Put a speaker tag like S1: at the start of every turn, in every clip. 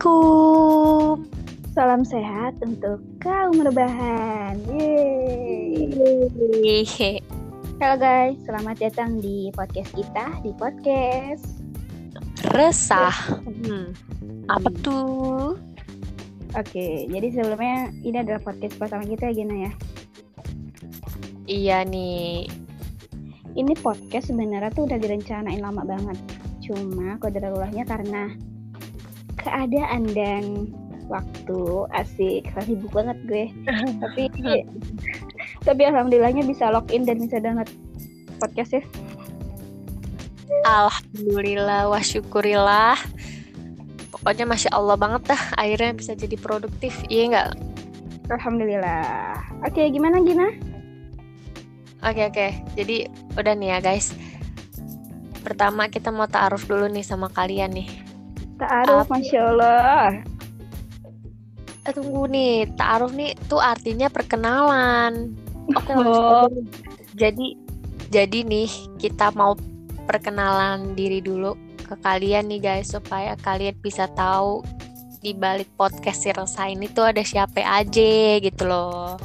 S1: Assalamualaikum.
S2: Salam sehat untuk kaum rebahan. Yeay. Halo guys, selamat datang di podcast kita di podcast.
S1: Resah. Hmm. Apa tuh?
S2: Oke, jadi sebelumnya ini adalah podcast pertama kita ya Gina ya.
S1: Iya nih.
S2: Ini podcast sebenarnya tuh udah direncanain lama banget. Cuma kodarulahnya karena keadaan dan waktu asik sibuk banget gue tapi tapi alhamdulillahnya bisa login dan bisa download podcast ya
S1: Alhamdulillah wa syukurillah. Pokoknya masya Allah banget dah akhirnya bisa jadi produktif. Iya nggak?
S2: alhamdulillah oke gimana Gina
S1: Oke oke. Jadi udah nih ya guys. Pertama kita mau taaruf dulu nih sama kalian nih.
S2: taaruf
S1: Apa?
S2: masya Allah
S1: Eh, tunggu nih, taaruf nih tuh artinya perkenalan. Oke langsung
S2: Oh.
S1: aja. Jadi jadi nih kita mau perkenalan diri dulu ke kalian nih guys supaya kalian bisa tahu di balik podcast si Rosa ini tuh ada siapa aja gitu loh.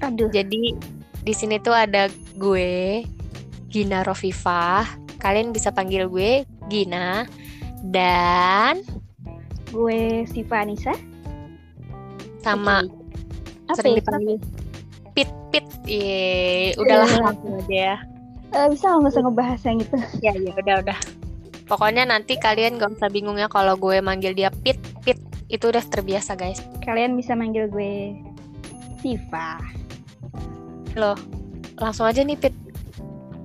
S2: aduh
S1: Jadi di sini tuh ada gue Gina Rofifah. Kalian bisa panggil gue Gina dan
S2: gue Siva Anissa
S1: sama
S2: Apa
S1: sering
S2: ya?
S1: dipanggil Pit Pit. Ye, udahlah
S2: Iya.
S1: langsung aja ya.
S2: Eh, bisa nggak usah ngebahas yang itu
S1: Ya ya udah udah. Pokoknya nanti kalian gak usah bingung ya kalau gue manggil dia Pit Pit. Itu udah terbiasa guys.
S2: kalian bisa manggil gue Siva
S1: Loh, langsung aja nih Pit.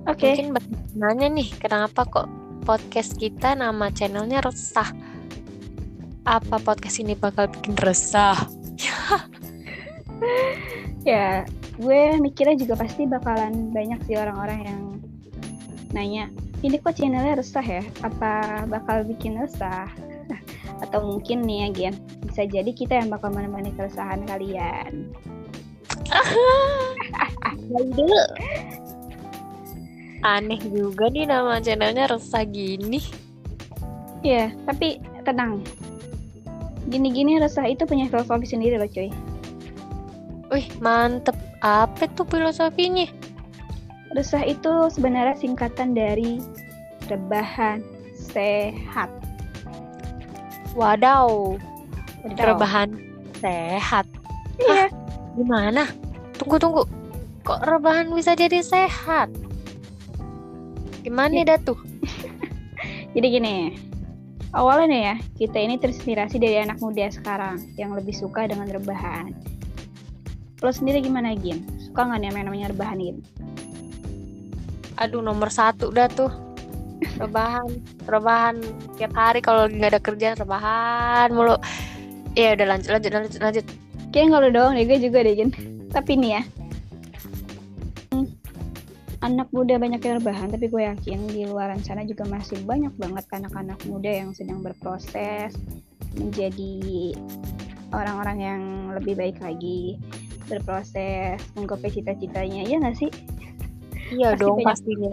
S2: oke
S1: Mungkin banyak yang nanya nih kenapa kok podcast kita nama channelnya resah? Apa podcast ini bakal bikin resah?
S2: ya gue mikirnya juga pasti bakalan banyak sih orang-orang yang nanya ini kok channelnya resah ya apa bakal bikin resah atau mungkin nih ya Gian bisa jadi kita yang bakal menemani keresahan kalian
S1: dulu. Aneh juga nih nama channelnya resah gini.
S2: ya tapi tenang gini-gini resah itu punya filosofi sendiri loh cuy
S1: Wih, mantep. Apa tuh filosofinya?
S2: resah itu sebenarnya singkatan dari rebahan sehat
S1: Wadaw,
S2: Wadaw.
S1: rebahan sehat.
S2: Iya.
S1: Gimana? Tunggu, tunggu. Kok rebahan bisa jadi sehat? Gimana
S2: Iya.
S1: dah tuh?
S2: Jadi gini, awalnya nih ya, kita ini terinspirasi dari anak muda sekarang yang lebih suka dengan rebahan. Lo sendiri gimana, Gin? Suka nggak nih sama yang namanya rebahan, Gin?
S1: Aduh, nomor satu dah tuh. Rebahan, rebahan tiap hari kalau nggak ada kerjaan rebahan mulu. Iya udah lanjut lanjut lanjut lanjut.
S2: Kayaknya nggak lo doang deh, gue juga deh, Gin. Tapi nih ya, hmm, anak muda banyak yang rebahan, tapi gue yakin di luaran sana juga masih banyak banget anak-anak muda yang sedang berproses menjadi orang-orang yang lebih baik lagi berproses menggapai cita-citanya ya nggak sih
S1: Iya
S2: Pasti
S1: dong
S2: banyak.
S1: pastinya.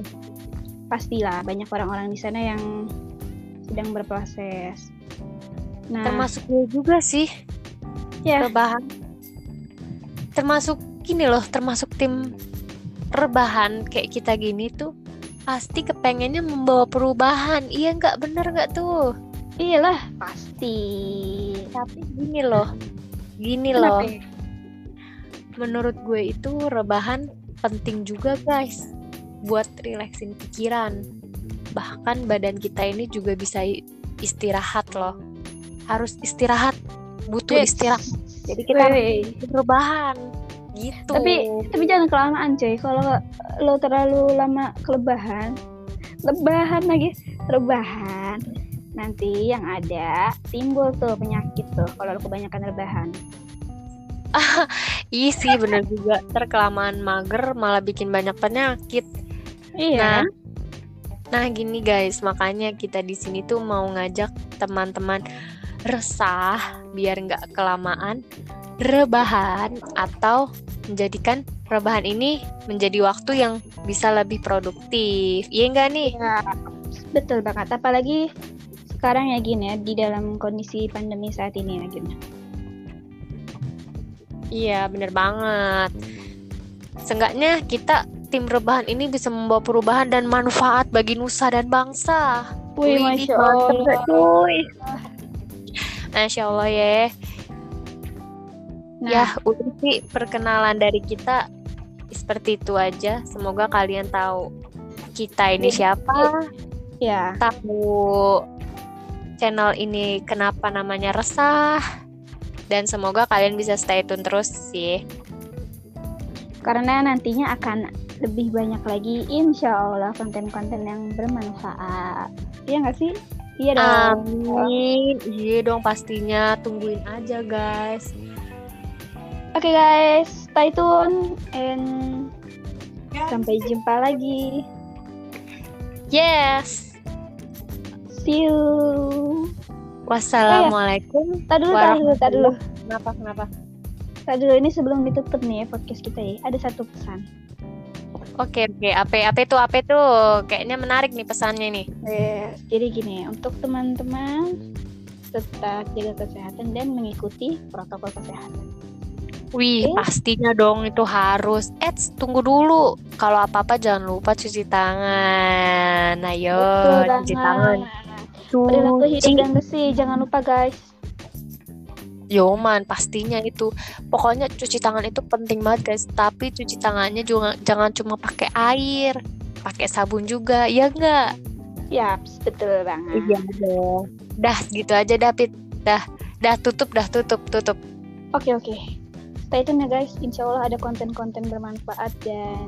S2: pastilah banyak orang-orang di sana yang sedang berproses. Nah,
S1: Termasuk gue juga sih
S2: ya,
S1: rebahan. Termasuk gini loh, termasuk tim rebahan kayak kita gini tuh pasti kepengennya membawa perubahan. Iya nggak bener nggak tuh?
S2: iyalah pasti.
S1: Tapi gini loh, gini loh.
S2: Kenapa? ya?
S1: menurut gue itu rebahan penting juga guys buat relaxin pikiran bahkan badan kita ini juga bisa i- istirahat loh harus istirahat butuh
S2: Yes.
S1: istirahat jadi kita
S2: Wey.
S1: rebahan gitu
S2: Tapi tapi jangan kelamaan cuy. Kalau lo terlalu lama kelebahan, lebahan lagi, rebahan. Nanti yang ada timbul tuh penyakit tuh kalau lo kebanyakan rebahan.
S1: iya sih bener juga terkelamaan mager malah bikin banyak penyakit
S2: Iya.
S1: Nah, gini guys, makanya kita di sini tuh mau ngajak teman-teman resah biar nggak kelamaan rebahan atau menjadikan rebahan ini menjadi waktu yang bisa lebih produktif. Iya nggak nih?
S2: Betul banget. Apalagi sekarang ya Gin ya di dalam kondisi pandemi saat ini ya Gin.
S1: Iya, bener banget. Seenggaknya kita tim rebahan ini bisa membawa perubahan dan manfaat bagi nusa dan bangsa.
S2: Wih, masya Allah.
S1: Masya Allah ya.
S2: Nah,
S1: Ya, udah sih perkenalan dari kita seperti itu aja. Semoga kalian tahu kita ini siapa,
S2: ya.
S1: tahu channel ini kenapa namanya resah, dan semoga kalian bisa stay tune terus sih.
S2: karena nantinya akan lebih banyak lagi insya Allah konten-konten yang bermanfaat iya nggak sih iya dong
S1: Amin. Iya dong pastinya tungguin aja guys.
S2: oke guys stay tune and sampai jumpa lagi
S1: Yes.
S2: see you
S1: Wassalamualaikum.
S2: tar dulu tar Iya. dulu tar dulu
S1: Kenapa kenapa?
S2: tar dulu ini sebelum ditutup nih ya podcast kita ya ada satu pesan
S1: Oke oke. Apa apa itu apa itu? Kayaknya menarik nih pesannya nih.
S2: Eh, jadi gini untuk teman-teman tetap jaga kesehatan dan mengikuti protokol kesehatan
S1: Wih,
S2: Eh.
S1: pastinya dong itu harus. Eits, tunggu dulu. Kalau apa-apa jangan lupa cuci tangan. Ayo,
S2: Betul
S1: cuci tangan.
S2: perilaku hidup yang bersih jangan lupa guys
S1: Yoman, pastinya itu. Pokoknya cuci tangan itu penting banget, guys. Tapi cuci tangannya juga jangan cuma pakai air, pakai sabun juga, ya enggak?
S2: Yaps, Ya, betul banget.
S1: Iya, dong. Dah, gitu aja, David. Dah, dah tutup, dah tutup, tutup.
S2: Oke, oke. Stay tune ya guys. Insya Allah ada konten-konten bermanfaat dan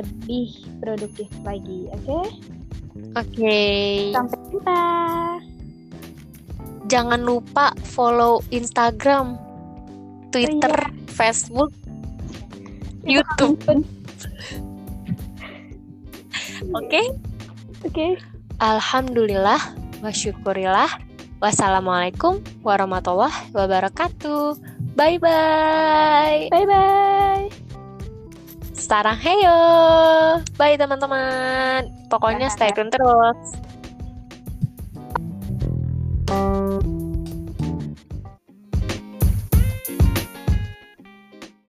S2: lebih produktif lagi. Oke,
S1: Oke.
S2: sampai jumpa.
S1: Jangan lupa follow Instagram, Twitter, Facebook, YouTube.
S2: Ampun.
S1: Oke?
S2: Oke.
S1: Alhamdulillah, wasyukurillah. Wassalamualaikum warahmatullahi wabarakatuh. Bye bye.
S2: Bye bye.
S1: Sarang heyo. Bye teman-teman. Pokoknya stay tune terus.